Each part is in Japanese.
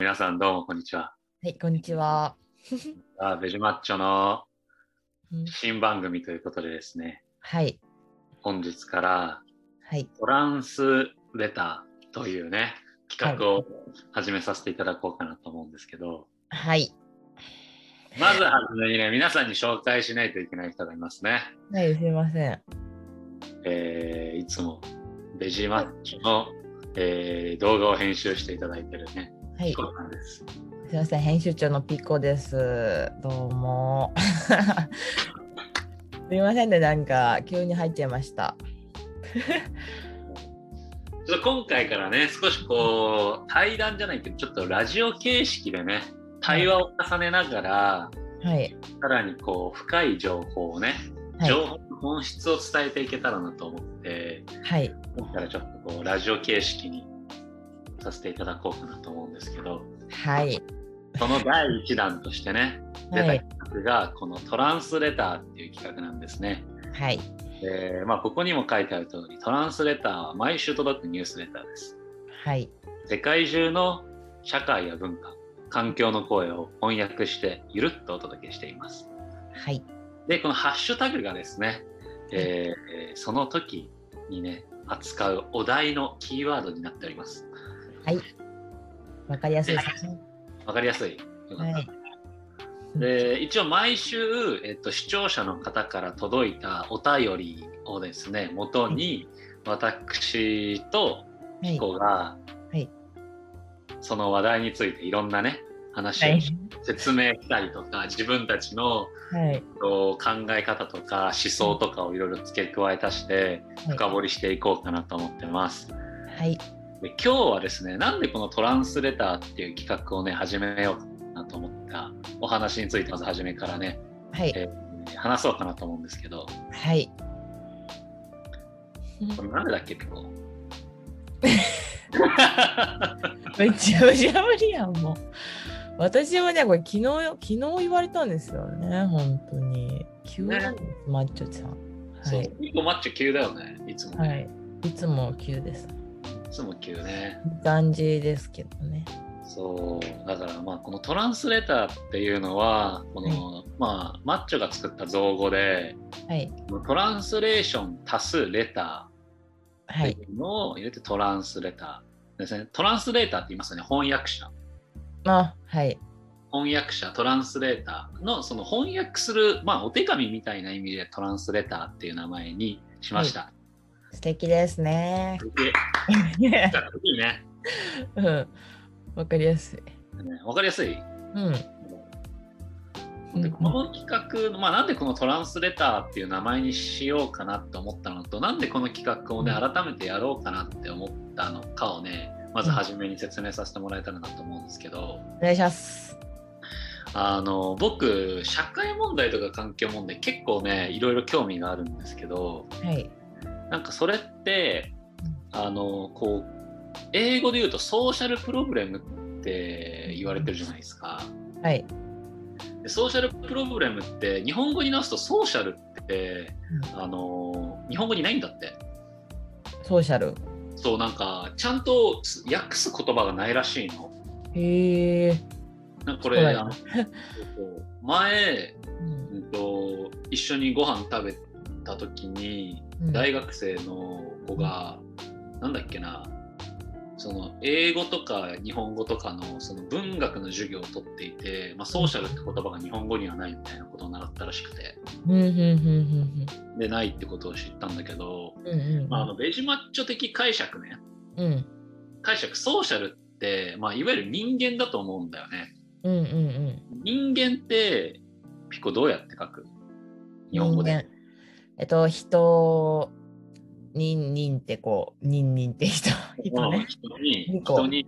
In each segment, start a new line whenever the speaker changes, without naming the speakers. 皆さんどうもこんにちは。
はい、こんにちは。
あベジマッチョの
うん
新番組ということでですね、
はい、
本日から
はい、
トランスレターというね、企画を始めさせていただこうかなと思うんですけど、
はい、
まずはじめにね、皆さんに紹介しないといけない人がいますね。
はい、すいません。
えーいつもベジマッチョの、えー動画を編集していただいてるね、
はい
ヒ、コさんです。
すいません、編集長のピコです。どうも。 すいませんね、なんか急に入っちゃいました。
ちょっと今回からね、少しこう、対談じゃないけど、ちょっとラジオ形式でね、対話を重ねながら、
はい、
さらにこう、深い情報をね、
はい、
情報の本質を伝えていけたらなと思って、
はい、
今からちょっとこう、ラジオ形式にさせていただこうかなと思うんですけど、
はい、
その第1弾としてね、出
は
た
い、
企画が、このトランスレターっていう企画なんですね。
はい、
でまあ、ここにも書いてある通り、トランスレターは毎週届くニュースレターです。
はい、
世界中の社会や文化環境の声を翻訳してゆるっとお届けしています
はい、
でこのハッシュタグがですね、えーその時にね扱うお題のキーワードになっております
わかりやすいですね。
わかりやすいよかった
はい
で一応毎週、えっと、視聴者の方から届いたお便りをですね元に私と
はい、
子が、
はい
その話題についていろんなね話
は
を
い
し、説明したりとか自分たちの
はい、
こう考え方とか思想とかをいろいろ付け加え足して深掘りしていこうかなと思ってます。
はい、
で今日はですねなんでこのトランスレターっていう企画をね始めようかなと思ったお話についてまず初めからね、
はい、
えー話そうかなと思うんですけど
はい。
これなんでだっけピコ
めちゃめちゃ無理やんもう私もねこれ昨日よ昨日言われたんですよね本当に急なんです、マッチョさん
そ
は
う
い、
ピコマッチョ急だよねいつもね、
はいいつも急です
い、つも急ね
感じですけどね
そうだからまあこのトランスレターっていうのはこの、まあマッチョが作った造語で
はい
トランスレーション足すレター
は
っ
い
ていうのを入れてトランスレターですね、トランスレーターって言いますよね翻訳者
あはい
翻訳者トランスレーターのその翻訳するまあお手紙みたいな意味でトランスレターっていう名前にしました、
素敵です ね
でいいね
うんわかりやすい
ねわかりやすい
うんうん
でこの企画、まあ、なんでこのトランスレターっていう名前にしようかなって思ったのとなんでこの企画をね
うん
改めてやろうかなって思ったのかをねまず初めに説明させてもらえたらなと思うんですけど
お願いします
あの僕社会問題とか環境問題結構ねいろいろ興味があるんですけど
はい
なんかそれってあのこう英語で言うとソーシャルプロブレムって言われてるじゃないですか。
はい
でソーシャルプロブレムって日本語に直すとソーシャルって、あのー日本語にないんだって
ソーシャル
そうなんかちゃんとつ訳す言葉がないらしいの
へえ、
なんかこれ
そうだ
あ
よ
の
ね
そう前、
うん
うん、と一緒にご飯食べた時に
うん
大学生の子が、なんだっけなその英語とか日本語とかのその文学の授業を取っていて、まあ、ソーシャルって言葉が日本語にはないみたいなことを習ったらしくて、
うんうんうん
でないってことを知ったんだけど、
うんうんうんうん
まあ、あのベジマッチョ的解釈ね
うん
解釈ソーシャルって、まあ、いわゆる人間だと思うんだよね
うんうんうん
人間ってピコどうやって書く日本語
人
で
間えっと、人、人、人ってこう、人、人って人、人
うん
ね。
人に
二個
人に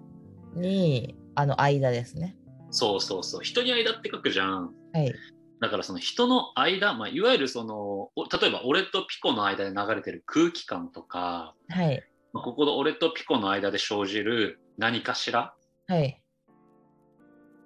に、あの、間ですね。
そうそうそう人に間って書くじゃん
はい。
だからその人の間、まあ、いわゆるそのお例えば俺とピコの間で流れてる空気感とか
はい。
まあここで俺とピコの間で生じる何かしら
はい。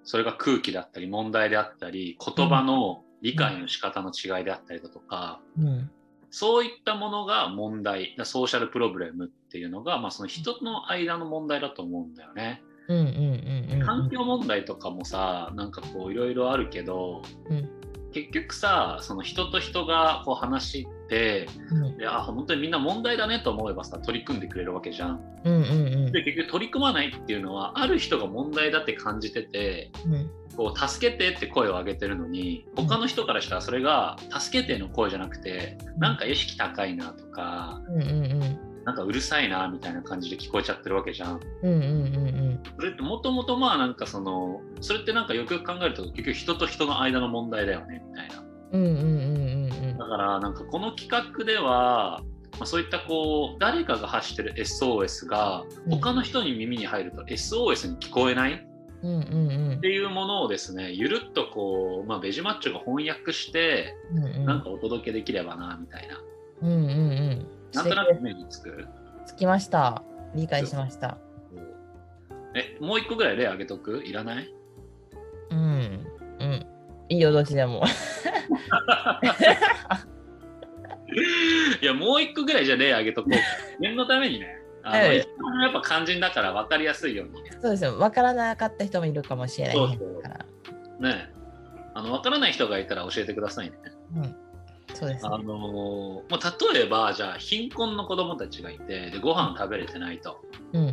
それが空気だったり問題であったり言葉の理解の仕方の違いであったりだとか、
うん。
そういったものが問題だからソーシャルプロブレムっていうのが、まあ、その人との間の問題だと思うんだよね。
うんうんうんうんうん
環境問題とかもさなんかこういろいろあるけど、
うん
結局さその人と人がこう話しって
うん
であ本当にみんな問題だねと思えばさ取り組んでくれるわけじゃん。
うんうん
で結局取り組まないっていうのはある人が問題だって感じてて
うん
こう助けてって声を上げてるのに他の人からしたらそれが助けての声じゃなくてなんか意識高いなとか
うんうんうん
なんかうるさいなみたいな感じで聞こえちゃってるわけじゃん。
うんうんうんうん
それってもともとまあなんかそのそれってなんかよくよく考えると結局人と人の間の問題だよねみたいな。
うんうんうんうん
だからなんかこの企画では、まあ、そういったこう誰かが発してる SOS が他の人に耳に入ると SOS に聞こえない
うんうんうん
っていうものをですねゆるっとこう、まあ、ベジマッチョが翻訳して
うんうん
なんかお届けできればなみたいな、
うんうんうん
なんとなく目につく
つきました理解しました
えもう一個ぐらい例あげとくいらない
うんうんいいよどっちでも
いやもう一個ぐらいじゃあ例あげと こう念のためにねあの、
はい
一番やっぱ肝心だから分かりやすいようにね
そうですよわからなかった人もいるかもしれない
そうそう
から
ねあの分からない人がいたら教えてくださいね
うんそうですね
あのーまあ、例えばじゃあ貧困の子供たちがいてでご飯食べれてないと
うん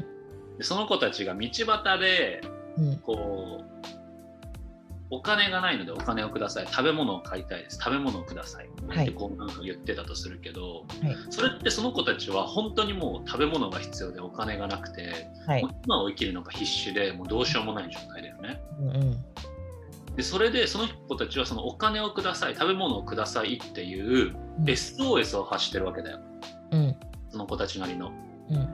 でその子たちが道端で
うん
こうお金がないのでお金をください食べ物を買いたいです食べ物をください
は
っ
い
てこうなんか言ってたとするけど、
はい
それってその子たちは本当にもう食べ物が必要でお金がなくて、
はい
もう今を生きるのが必死でもうどうしようもない状態だよね
うんうん
でそれでその子たちはそのお金をください食べ物をくださいっていう SOS を発してるわけだよ
うん
その子たちなりの。
うん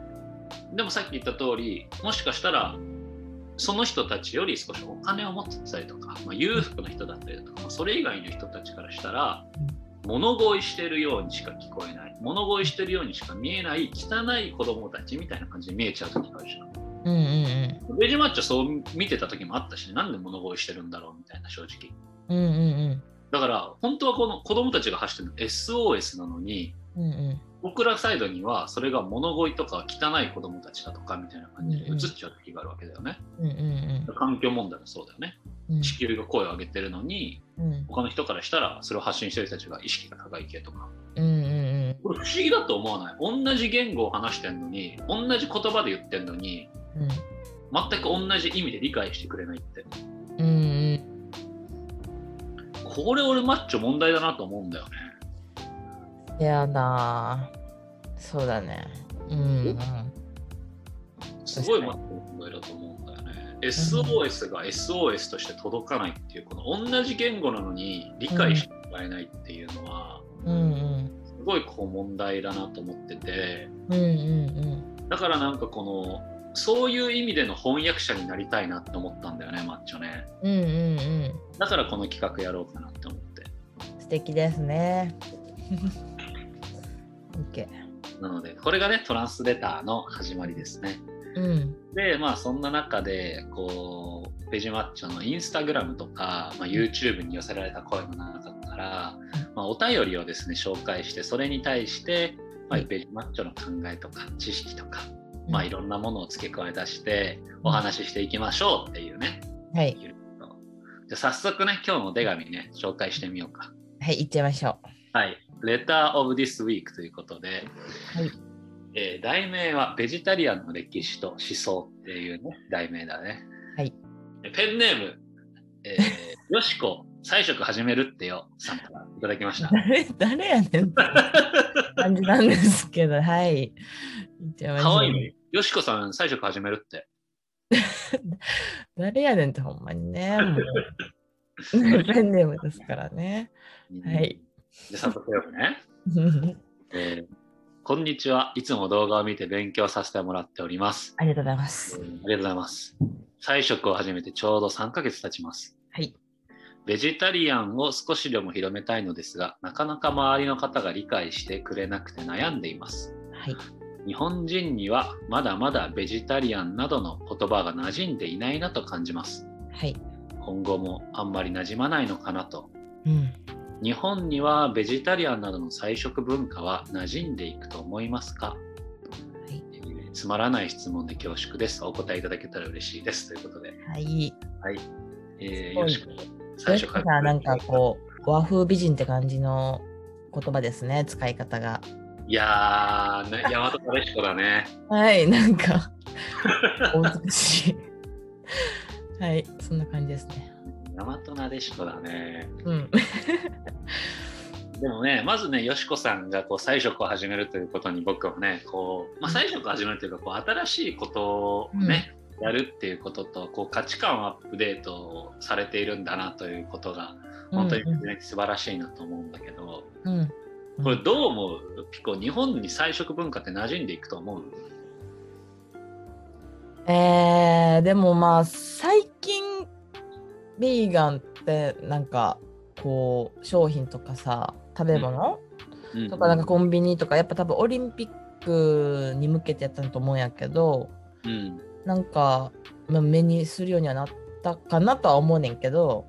でもさっき言った通り、もしかしたら、その人たちより少しお金を持ってたりとか、まあ、裕福な人だったりとか、まあそれ以外の人たちからしたら、物乞いしてるようにしか聞こえない、物乞いしてるようにしか見えない、汚い子供たちみたいな感じで見えちゃう時があるじゃ
うんうん
ん。ベジマッチョそう見てた時もあったし、なんで物乞いしてるんだろうみたいな、正直。
うんうんうん
だから、本当はこの子供たちが走ってるの SOS なのに、
うんうんうん
僕らサイドにはそれが物乞いとか汚い子供たちだとかみたいな感じで映っちゃう時があるわけだよね。
うんうん
環境問題もそうだよね。
うん
地球が声を上げてるのに
うん
他の人からしたらそれを発信してる人たちが意識が高い系とか。
うんうん
これ不思議だと思わない同じ言語を話してんのに同じ言葉で言ってんのに
うん
全く同じ意味で理解してくれないって
うんうん
これ俺マッチョ問題だなと思うんだよね。
やだそうだねうん
すごいマッチョ問題だと思うんだよね。SOS が SOS として届かないっていうこの同じ言語なのに理解してもらえないっていうのは
うんうん
すごいこう問題だなと思ってて
うんうん
だからなんかこのそういう意味での翻訳者になりたいなって思ったんだよねマッチョね
うんうんうんうん
だからこの企画やろうかなって思って
素敵ですね。OK。
なのでこれがねトランスレターの始まりですね
うん。
でまあそんな中でこうベジマッチョのインスタグラムとか、まあ、YouTube に寄せられた声の中から、まあ、お便りをですね紹介してそれに対して、まあ、
はい
ベジマッチョの考えとか知識とか、まあ、いろんなものを付け加え出してお話ししていきましょうっていうね
はい。
ゆるっとじゃあ早速ね今日のお手紙ね紹介してみようか
はい、行っちゃいましょ
はい「レター・オブ・ディス・ウィーク」ということで、
はい
えー題名は「ベジタリアンの歴史と思想」っていうね題名だね、
はい
えペンネーム、 えーよしこ菜食始めるってよさんからいただきまし
う
た。
誰、誰やねんって感じなんですけど、はい。行っちゃいましょう。
かわいいねよしこさん菜食始めるって
誰やねんってほんまにね。もうペンネームですからね。はい
じゃあ早速読むね
うん
えーこんにちは。いつも動画を見て勉強させてもらっております。
ありがとうございま
えー
す
あ。りがとうございます。菜食を始めてちょうど3ヶ月経ちます。
はい。
ベジタリアンを少しでも広めたいのですが、なかなか周りの方が理解してくれなくて悩んでいます。
はい。
日本人にはまだまだベジタリアンなどの言葉が馴染んでいないなと感じます。
はい。
今後もあんまり馴染まないのかなと。
うん。
日本にはベジタリアンなどの菜食文化は馴染んでいくと思いますか、
い
えーつまらない質問で恐縮です。お答えいただけたら嬉しいです。ということで、
はい。
はい。え
す
ー、よ
ご
ろ
い
しく。
最初からなんかこう、和風美人って感じの言葉ですね、使い方が。
う。いやー、ね、大和なでしこだね。
はい、なんか、お美しい。はい、そんな感じですね。
大和なでしこだね。
うん。
でもね、まずね、よしこさんがこう菜食を始めるということに僕はね、こう、まあ、菜食を始めるというか、こう新しいことをね、やるっていうことと、こう価値観をアップデートされているんだなということが、本当に、ね素晴らしいなと思うんだけど、
うん。うん
これどう思うピコ、日本に菜食文化って馴染んでいくと思う
えー、でもまあ最近ビーガンってなんかこう商品とかさ食べ物、
うん
とかなんかコンビニとかやっぱ多分オリンピックに向けてやったと思うんやけど
うん
なんか、まあ、目にするようにはなったかなとは思うねんけど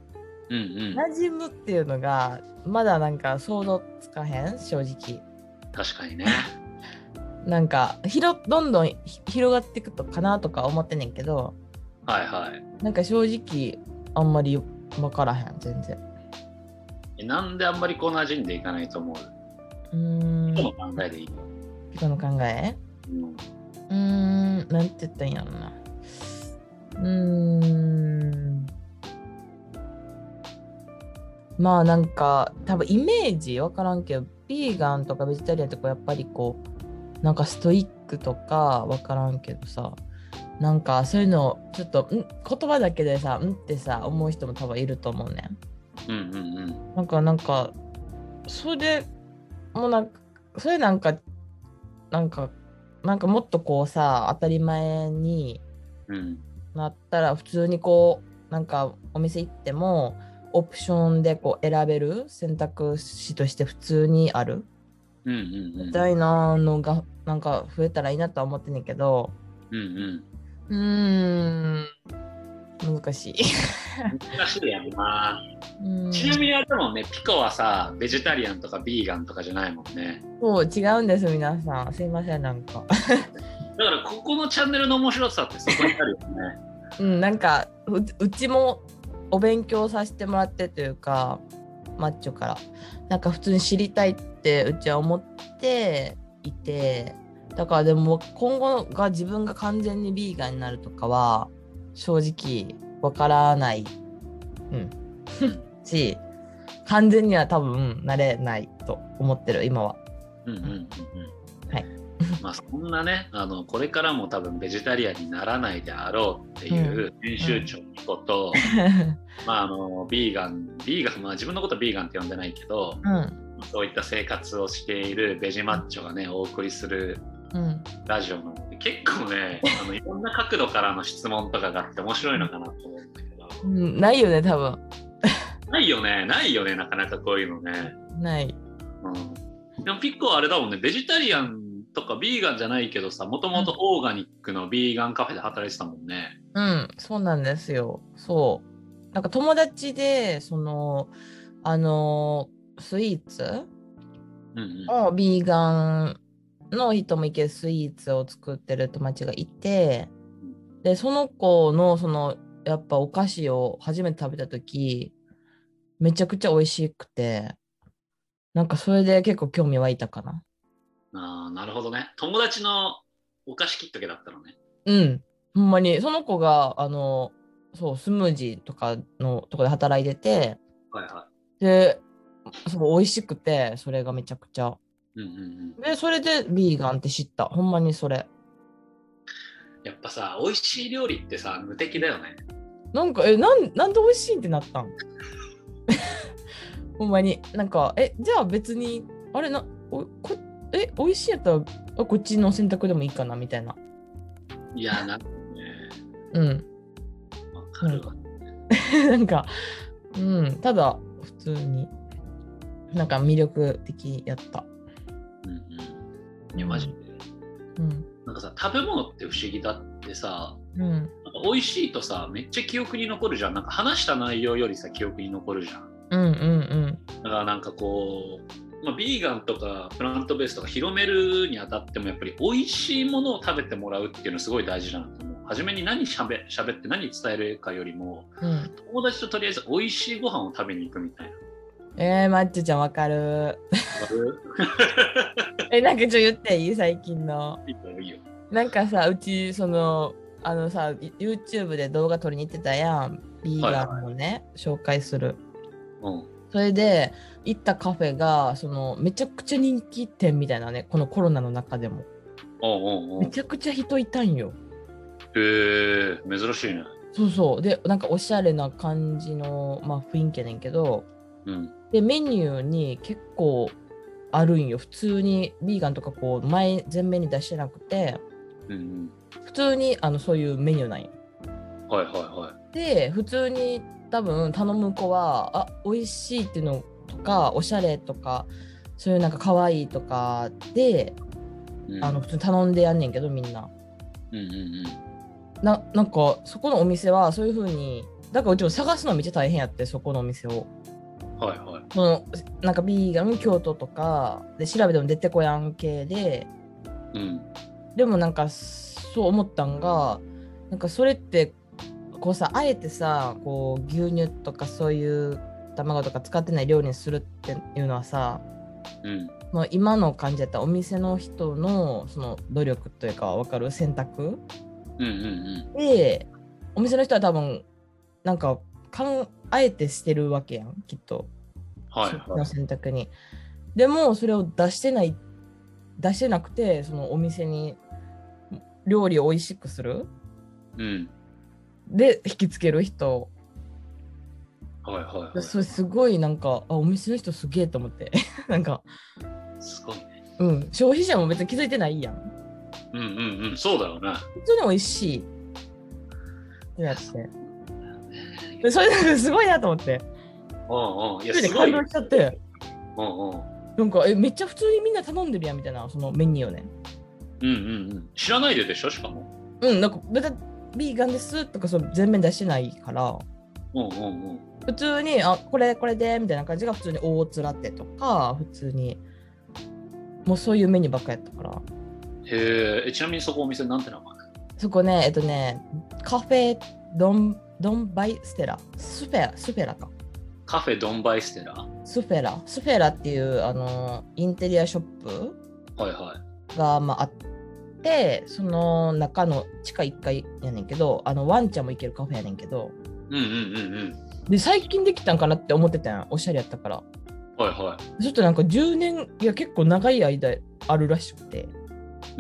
うんうん、
馴染むっていうのがまだなんか想像つかへん正直
確かにね。
なんか広どんどんひ広がっていくとかなとか思ってんねんけど
はいはい。
なんか正直あんまり分からへん全然
えなんであんまりこう馴染んでいかないと思う
うーん
人の考えでいい、
ピコの考え
うん
うーんなんて言ったらいいんやろなうーんまあなんか多分イメージ分からんけどビーガンとかベジタリアンとかやっぱりこうなんかストイックとか分からんけどさなんかそういうのちょっとん言葉だけでさ「ん?」ってさ思う人も多分いると思うねん。
うんうんうん。
なんかなんかそれもうなんかそれなんかなんかなんかもっとこうさ当たり前に
うん
なったら普通にこうなんかお店行ってもオプションでこう選べる選択肢として普通にある
うんうんうん
みたいなのがなんか増えたらいいなとは思ってんねんけど
うん
うーん難しい。
うん、難しいやんな、
うん
ちなみにあれだもんねピコはさベジタリアンとかビーガンとかじゃないもんね
そう違うんです皆さんすいませんなんか。
だからここのチャンネルの面白さってそこにあるよね
うん、なんかううちもお勉強させてもらってというかマッチョからなんか普通に知りたいってうちは思っていてだからでも今後が自分が完全にビーガンになるとかは正直わからない、うん、 し完全には多分なれないと思ってる今は。
うんうんうんうん
はい
まあそんなねあのこれからも多分ベジタリアンにならないであろうっていう編集長ピコ と、まああのビーガンビーガンまあ自分のことビーガンって呼んでないけど
うん、
そういった生活をしているベジマッチョがねお送りする
うん
ラジオなので結構ねあのいろんな角度からの質問とかがあって面白いのかなと思うんだけど
うん、ないよね多分
ないよねないよねなかなかこういうのね、
ない。
うん、でもピッコはあれだもんねベジタリアンとかビーガンじゃないけどさもともとオーガニックのビーガンカフェで働いてたもんね
うん、そうなんですよ。そう。なんか友達で、その、あの、スイーツ
うんうん
をビーガンの人もいけるスイーツを作ってる友達がいて、で、その子の、その、やっぱお菓子を初めて食べた時めちゃくちゃ美味しくて、なんかそれで結構興味湧いたかな。
あーなるほどね友達のお菓子きっかけだったのね
うん、ほんまに、その子が、あの、そう、スムージーとかのとこで働いてて、
はいは
で、そう美味しくて、それがめちゃくちゃ。
いうんうんうん
で、それでビーガンって知った。ほんまにそれ。
やっぱさ美味しい料理ってさ無敵だよね
なんか、え、なんなんで美味しいってなったん ほんまに。なんか、え、じゃあ別に、あれな、おこえ、美味しいやったら、あこっちの選択でもいいかなみたいな。
いやなんかね
うん。
わかるわ、
なんか、うん、ただ、普通に、なんか魅力的やった。
うんうんいやマジで
うん。
なんかさ食べ物って不思議だってさ
うん。
なんか美味しいとさめっちゃ記憶に残るじゃんなんか話した内容よりさ記憶に残るじゃん
うんうん
だからなんかこう、まあ、ビーガンとかプラントベースとか広めるにあたってもやっぱり美味しいものを食べてもらうっていうのすごい大事だなと思う。初めに何しゃべって何伝えるかよりも
うんうん
友達ととりあえず美味しいご飯を食べに行くみたいな。
えー、マッチョちゃんわかる
わかる
えなんかちょっと言っていい最近の
いいよいいよ。
なんかさうちそのあのさ YouTube で動画撮りに行ってたやんビーガンのね、紹介する
うん。
それで行ったカフェがそのめちゃくちゃ人気店みたいなねこのコロナの中でも
おうんうんうん。
め
へ
ちゃくちゃ人いたんよ
え、珍しいね。
そうそうでなんかおしゃれな感じの、まあ、雰囲気やねんけど
うん。
でメニューに結構あるんよ普通にヴィーガンとかこう前前面に出してなくて
うん
普通にあのそういうメニューなんよ
うん。はいはいは
で普通に多分頼む子はあ美味しいっていうのとかおしゃれとかそういうなんか可愛いとかで、
い。うん
あの普通に頼んでやんねんけどみんな
うんうんうん。
ななんかそこのお店はそういう風にだからうちも探すのめっちゃ大変やってそこのお店を
はいはい。
そのなんかビーガン京都とかで調べても出てこやん系で
うん。
でもなんかそう思ったんがなんかそれってこうさあえてさこう牛乳とかそういう卵とか使ってない料理にするっていうのはさ
うん。
もう今の感じやったらお店の人のその努力というか分かる選択
うんうん
でお店の人は多分なんかかんあえてしてるわけやんきっと。
うん。はいは
の
い。
選択に。でもそれを出してない出してなくてそのお店に料理を美味しくする
うん。
で引きつける人
はいはいは
それすごいなんかあお店の人すげえと思って なんか、
い。すごいね。
うん、消費者も別に気づいてないやん
うんうんうん。そうだよね。
普通に美味しいってやってでそれなんかすごいなと思って
うんうん。いや、
それです
ごい
感
よ
動。しちゃって
うんうん。
なんかえめっちゃ普通にみんな頼んでるやんみたいなそのメニューをね
うんうんうん。知らないででしょ、しかも。
うんなんか別にビーガンですとかその全面出してないから
うんうんうん。
普通にあこれこれでみたいな感じが普通に大つラテとか普通にもうそういうメニューばっかやったから
へえ、ちなみにそこお店なんて名前
そこねえっとねカフェドンドンバイステラスフェラスフェラか
カフェドンバイステラ。は
スフェラスフェラっていうあのインテリアショッ
い
プ
はい。
が、まあ、あってその中の地下1階やねんけどあのワンちゃんも行けるカフェやねんけど
うんうんうんうん。
で最近できたんかなって思ってたんおしゃれやったから
はいは
ちょっとなんか10年いや結構長い間あるらしくて
い。う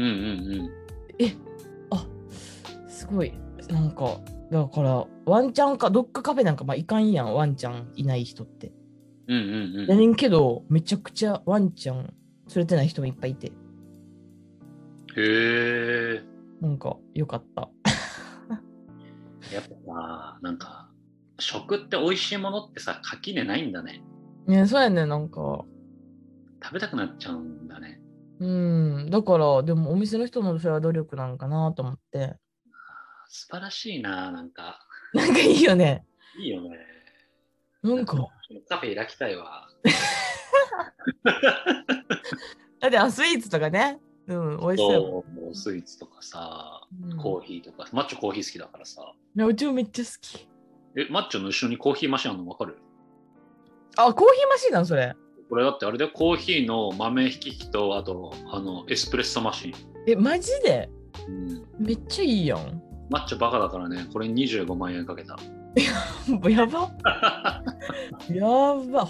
んうん
えあすごいなんかだからワンちゃんかドッグカフェなんかまあいかんやんワンちゃんいない人って。
うん。うんうん
や
うん。
ねんけどめちゃくちゃワンちゃん連れてない人もいっぱいいて
へえ。
なんかよかった。
やっぱさ、なんか、食って美味しいものってさ、垣根ないんだね。
ねそうやねなんか
食べたくなっちゃうんだね。
うんだからでもお店の人のそれは努力なんかなと思って
素晴らしいな、なんか。
なんかいいよね
いいよね。
なんか。
カフェ開きたいわ。
だってあスイーツとかねうん美味しそうやも
そ
ん
うもうスイーツとかさ、
うん
コーヒーとか、マッチョコーヒー好きだからさ。
ねうちもめっちゃ好き
え、マッチョの後ろにコーヒーマシンあるの分かる
あコーヒーマシーンなのそれ
これだってあれだよ、コーヒーの豆引き機と、あと、あの、エスプレッソマシン。
えマジで
うん。
めっちゃいいやん
マッチョバカだからね、これ25万円かけた。
や ばやば、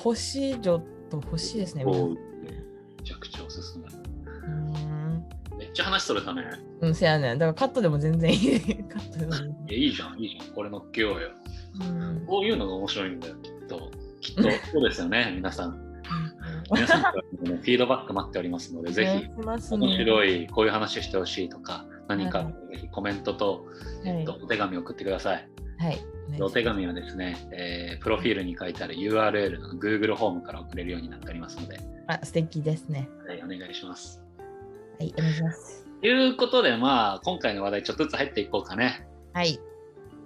欲しい、ちょっと欲しいですね。皆さ
こ
ん
うめちゃくちゃおすすめ。
う
めっちゃ話それたね。
ーんうん、せやねん。だからカットでも全然いい。 カットでも
い
全
や、いいじゃん、いいじゃん。これ乗っけようよ。
然。うん
こういうのが面白いんだよ、きっと。きっと、そうですよ ね、皆さん。皆さんからのね、フィードバック待っておりますので、ぜひ。
お願いしますね
面白い、こういう話してほしいとか、何か
は
ぜひコメントと、えっと、お手紙を送ってください。
はい。
でお手紙はですね、えープロフィールに書いてある URL の Google ホームから送れるようになっておりますので、
あ、素敵ですね。
はい、お願いします。
はい、お願いします。
ということで、まあ、今回の話題ちょっとずつ入っていこうかね。
はい。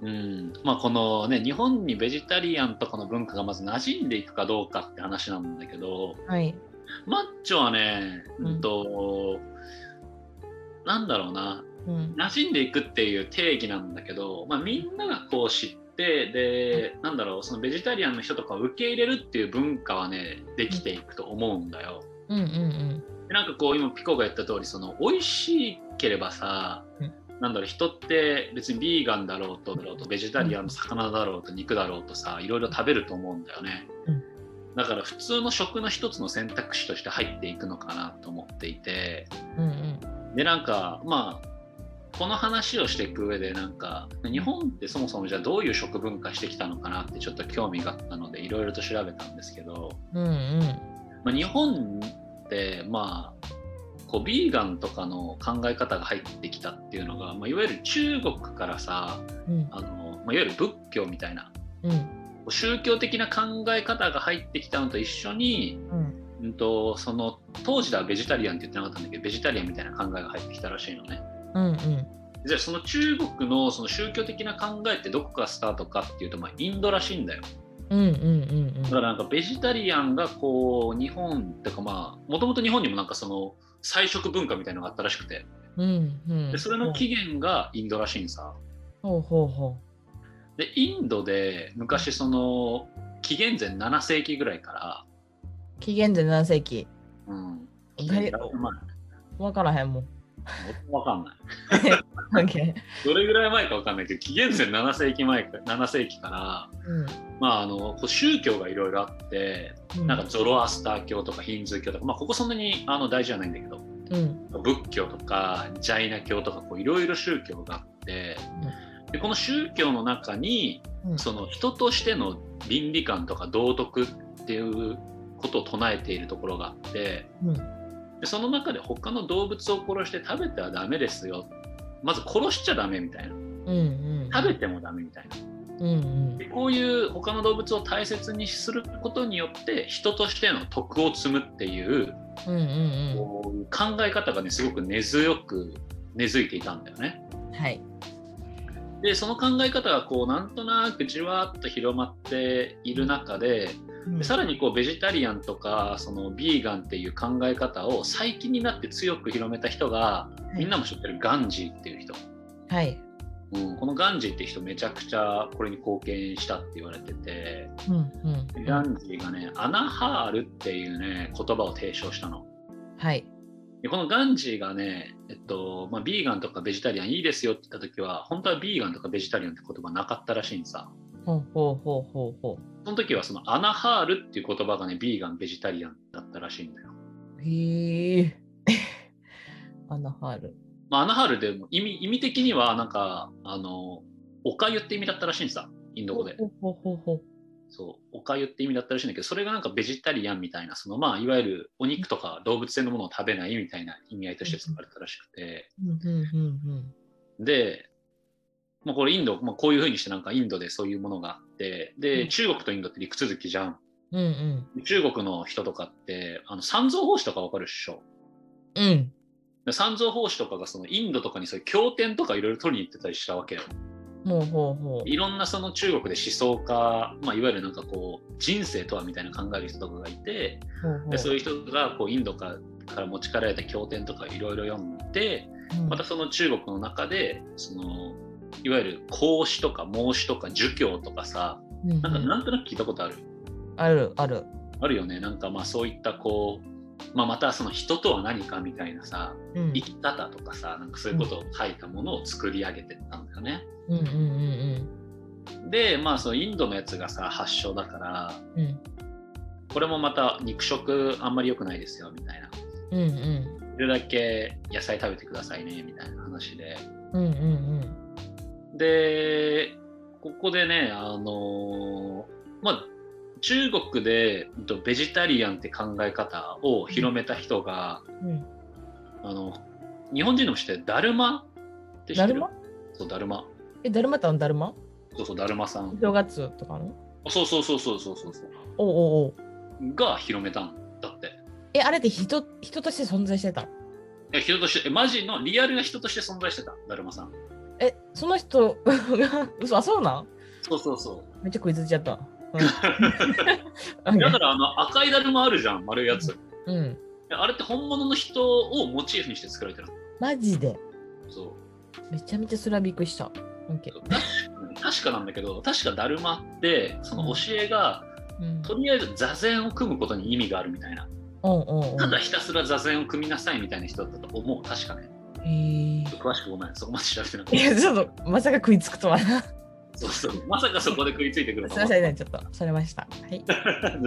うんまあ、このね日本にベジタリアンとかの文化がまず馴染んでいくかどうかって話なんだけど
はい。
マッチョはね、
うん
うんとなんだろうな
うん。
馴染んでいくっていう定義なんだけど、まあ、みんながこう知ってでなんだろうそのベジタリアンの人とかを受け入れるっていう文化はねできていくと思うんだよ。
うんうん
でなんかこう今ピコが言った通りその美味しければさ、
うん
なんだろう人って別にビーガンだろうとだろうとベジタリアンの魚だろうと肉だろうとさいろいろ食べると思うんだよね、
うん
だから普通の食の一つの選択肢として入っていくのかなと思っていて
うん。うんうん。
でなんかまあこの話をしていく上でなんか日本ってそもそもじゃあどういう食文化してきたのかなってちょっと興味があったのでいろいろと調べたんですけど、
うんうん。
まあ、日本ってまあこうビーガンとかの考え方が入ってきたっていうのが、まあ、いわゆる中国からさ
うん
あの、まあ、いわゆる仏教みたいな
うん
こう宗教的な考え方が入ってきたのと一緒に、
うん。
うん、とその当時ではベジタリアンって言ってなかったんだけどベジタリアンみたいな考えが入ってきたらしいのね。
うんうん。
じゃあその中国のその宗教的な考えってどこからスタートかっていうと、まあ、インドらしいんだよ。
うんうんうんうん。
だからなんかベジタリアンがこう日本ってかまあもともと日本にもなんかその菜食文化みたいなのがあったらしくて
うんうん。
でそれの起源がインドらしいんさ
ほうほうほ
でインドで昔その紀元前7世紀ぐらいか
う。紀元前7世紀。
らうん紀
だい
元前まあ
わからへんもん。
わかんない
オッケ
どれぐらい前かわかんないけど紀元前7世紀前か7世紀から
ー。 うん
まああのこう宗教がいろいろあって
うん。
なんかゾロアスター教とかヒンズー教とかまあここそんなにあの大事じゃないんだけど
うん
仏教とかジャイナ教とかこういろいろ宗教があって、でこの宗教の中に
うん。
その人としての倫理観とか道徳っていうことを唱えているところがあって
うん。
でその中で他の動物を殺して食べてはダメですよまず殺しちゃダメみたいな
うんうん。
食べてもダメみたいな
うんうん
でこういう他の動物を大切にすることによって人としての徳を積むっていう
うんうん
こういう考え方がねすごく根強く根付いていたんだよね。
うん。はい。
でその考え方がこうなんとなくじわっと広まっている中ででさらにこうベジタリアンとかそのビーガンっていう考え方を最近になって強く広めた人が
い
みんなも知ってるガンジーっていう人、
はい。
うん、このガンジーって人めちゃくちゃこれに貢献したって言われてて
うん
で
うん。
ガンジーがねアナハールっていうね言葉を提唱したの。
はい。
でこのガンジーがね、えっとまあ、ビーガンとかベジタリアンいいですよって言った時は本当はビーガンとかベジタリアンって言葉なかったらしいんさ。
ほうほうほうほうほ
その時はそのアナハールっていう言葉がね、ビーガン、ベジタリアンだったらしいんだよ。
う。へえ。アナハール。
まあ、アナハールでも意味意味的にはなんか、あの、おかゆって意味だったらしいんさ、インド語で。
ほうほうほうほう。
そう、おかゆって意味だったらしいんだけど、それがなんかベジタリアンみたいな、そのまあ、いわゆるお肉とか動物性のものを食べないみたいな意味合いとして使われたらしくて、
うんうんうん
で、まあ、これインド、まあ、こういうふうにしてなんかインドでそういうものがあって、
う
で、
ん
中国とインドって陸続きじゃん。
うん。うん
中国の人とかって、あの、三蔵法師とかわかるっしょ。
うん。うん。
で三蔵法師とかがそのインドとかにそういう経典とかいろいろ取りに行ってたりしたわけよ。
ほうほうほ
いろんなその中国で思想家、まあ、いわゆるなんかこう人生とはみたいな考える人とかがいて
う。ほうほ
でそう
う
いう人がこうインドからから持ち帰られた経典とかいろいろ読んで
うん
またその中国の中でそのいわゆる孔子とか孟子とか儒教とかさ
うんうん
なんかなんとなく聞いたことある
あるある。
あるよねなんかまあそういったこう、まあ、またその人とは何かみたいなさ
うん
生き方とかさなんかそういうことを書いたものを作り上げてったんだよね。
うんうんうん
でまあそのインドのやつがさ発祥だから
うんうん
これもまた肉食あんまり良くないですよみたいな。で
うん
きるだけ野菜食べてくださいねみたいな話で。
うんうんうん
でここでねあのーまあ中国でうんとベジタリアンって考え方を広めた人が、
うん
あの日本人の人でだるまって知って
だる
る
ま
そうだるま
えだるまたんだるま
そうそうだるまさ
お
ん
正月とかの
そうそうそうそうそうそうそう
おうおうおう
が広めたんだって
えあれって人人として存在してた
え人としてえマジのリアルな人として存在してただるまさん
えその人が嘘あそうなん
そうそうそ
めっちゃ食いついちゃった、 う
う。
ん
だからあの赤いだるまあるじゃん、丸いやつ。
うん
あれって本物の人をモチーフにして作られてるの
マジで
そう。
めちゃめちゃそれはびっくりした、OK
確かなんだけど、確かだるまって、その教えが、
うん、
とりあえず座禅を組むことに意味があるみたいな。
うんうんうん
ただひたすら座禅を組みなさいみたいな人だったと思う、確かね。
へー
ちょっと詳しくごめん、そこまで調べてなか
い
っ
やちょっとまさか食いつくとはなす
た。そうそう。まさかそこで食いついてくる
い
と
ま
は
せんちょっとそれましたはい
うん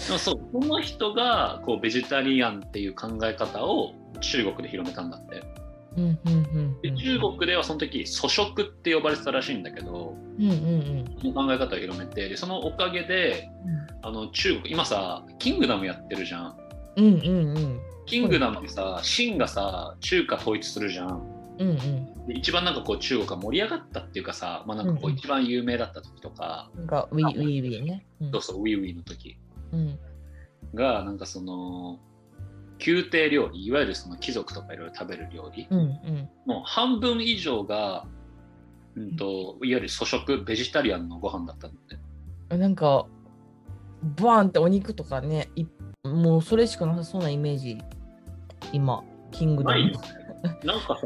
でもそうこの人がこうベジタリアンっていう考え方を中国で広めたんだって
うんうんうんう
で
ん
中国ではその時素食って呼ばれてたらしいんだけど
うんうん
その考え方を広めてでそのおかげであの中国今さ「キングダム」やってるじゃん
うんうんうんうん
キングダムでさ秦がさ中華統一するじゃん
うんうん
で一番なんかこう中国が盛り上がったっていうかさ、まあ、なんかこ
う
うん一番有名だった時とか、
なんかウィウィウィねうん
どうそうウィウィの時
うん
がなんかその宮廷料理いわゆるその貴族とかいろいろ食べる料理
うんうん
もう半分以上が、うん、といわゆる素食ベジタリアンのご飯だったんで
あなんかバーンってお肉とかねいもうそれしかなさそうなイメージ今キングダ
ない
ム
よなんかさ、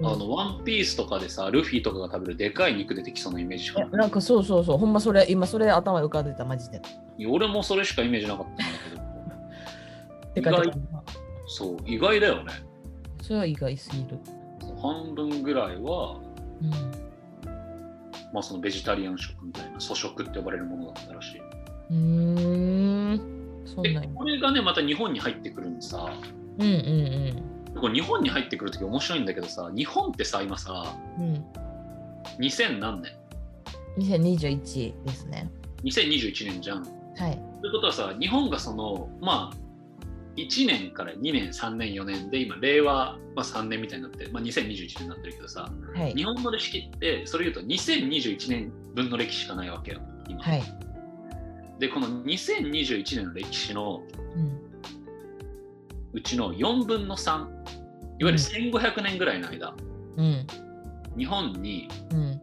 うん
あのワンピースとかでさルフィとかが食べるでかい肉出てきそうなイメージし
い
か
やなんかそうそうそうほんまそれ今それ頭に浮かんでたマジで
俺もそれしかイメージなかったんだけど
てか
意外
てか
そう意外だよね
それは意外すぎる
半分ぐらいは、
うん
まあ、そのベジタリアン食みたいな素食って呼ばれるものだったらしいう
ーん。そう
で
なんや。
これがねまた日本に入ってくるんでさ
うんうん
これ日本に入ってくるとき面白いんだけどさ日本ってさ今さ
うん。うん。
2000何年
2021ですね。
2021年じゃん。
はい。
ということはさ日本がそのまあ1年から2年3年4年で今令和、まあ、3年みたいになって、まあ、2021年になってるけどさ
はい。
日本の歴史ってそれ言うと2021年分の歴史しかないわけよ今、
はい。
でこの2021年の歴史の
うん。
うちの4分の3いわゆる1500年ぐらいの間、
うん。
日本に
うん。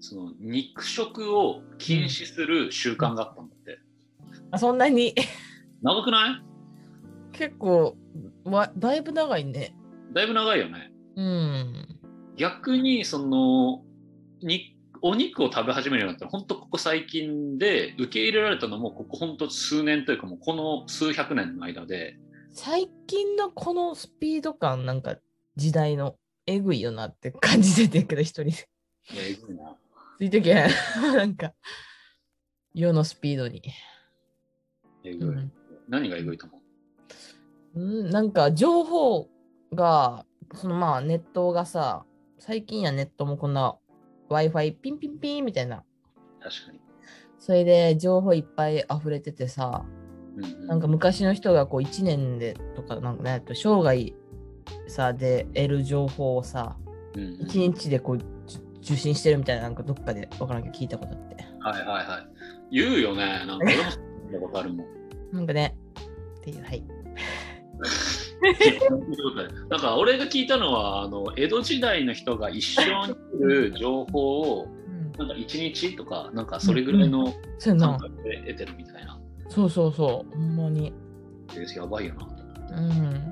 その肉食を禁止する習慣があったんだって
あ、そんなに
長くない
結構わ、だいぶ長いね。
だいぶ長いよね
うん。
逆にそのにお肉を食べ始めるようになったら本当ここ最近で受け入れられたのもここ本当数年というかもうこの数百年の間で
最近のこのスピード感、なんか時代のえぐいよなって感じ出てるけど、一人で。
いやえぐいな
ついてけん。 なんか、世のスピードに。
えぐい、
うん。
何がえぐいと思う
うん、なんか情報が、そのまあネットがさ、最近やネットもこんな Wi-Fi ピンピンピンみたいな。
確かに、
それで情報いっぱい溢れててさ、
うんうん
なんか昔の人がこう1年でとか、なんかね、と生涯さで得る情報をさ、
うんうん
1日でこうじ受信してるみたいな、なんかどっかでわからんけど聞いたことあって。
はいはいはい言うよねなんか俺も聞いたことあるもん
なんかね、っていう、はい。
いや聞いたことあるなんか俺が聞いたのはあの江戸時代の人が一生に得る情報を
うん、
なんか1日とかなんかそれぐらいの
そう
感
やな、
覚で得てるみたいな、
そうそうそう、ほんまに。
えやばいよな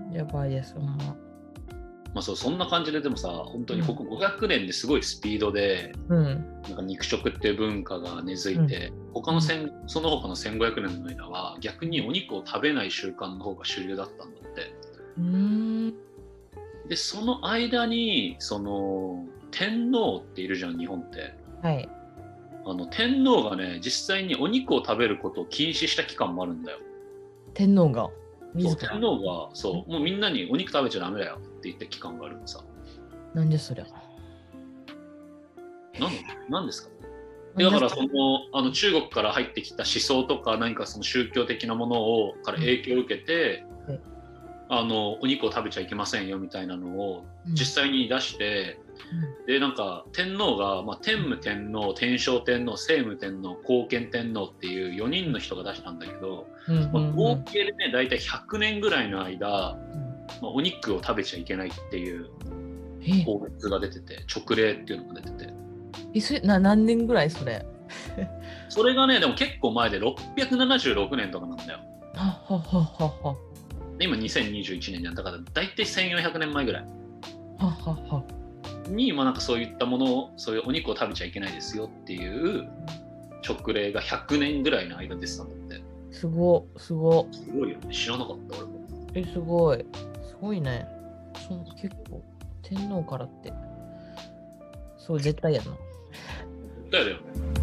うん、やばいです、ほんま。
まあ、そうそんな感じででもさ本当にここ500年ですごいスピードで
うん。
なんか肉食っていう文化が根付いて、他の千その他の1500年の間は逆にお肉を食べない習慣の方が主流だったんだって
うーん
でその間にその天皇っているじゃん日本って
はい。
あの天皇がね実際にお肉を食べることを禁止した期間もあるんだよ
天皇が
そう
自ら
天。皇がそうもうみんなにお肉食べちゃダメだよって言った期間があるんでさ
なんじゃそりゃ。
なんでなんですかでだからそのあの中国から入ってきた思想とか何かその宗教的なものをから影響を受けて、
うん
あのお肉を食べちゃいけませんよみたいなのを
際
実際に出して、でなんか天皇が、まあ、天武天皇天正天皇政武天皇後見天皇っていう4人の人が出したんだけど、
うんうん
まあ
うん
合計でね大体100年ぐらいの間、まあ、お肉を食べちゃいけないっていう
え
法律が出てて直令っていうのが出てて
えそれな何年ぐらいそれ
それがねでも結構前で676年とかなんだよ
ははははは
で今2021年じゃんだから大体1400年前ぐらい
ははは
に、まあ、なんかそういったものをそういうお肉を食べちゃいけないですよっていう直令が100年ぐらいの間出てたんだって
すごすご
すごいよね知らなかった俺も
えすごいすごいねそん結構天皇からってそう絶対やな
だよね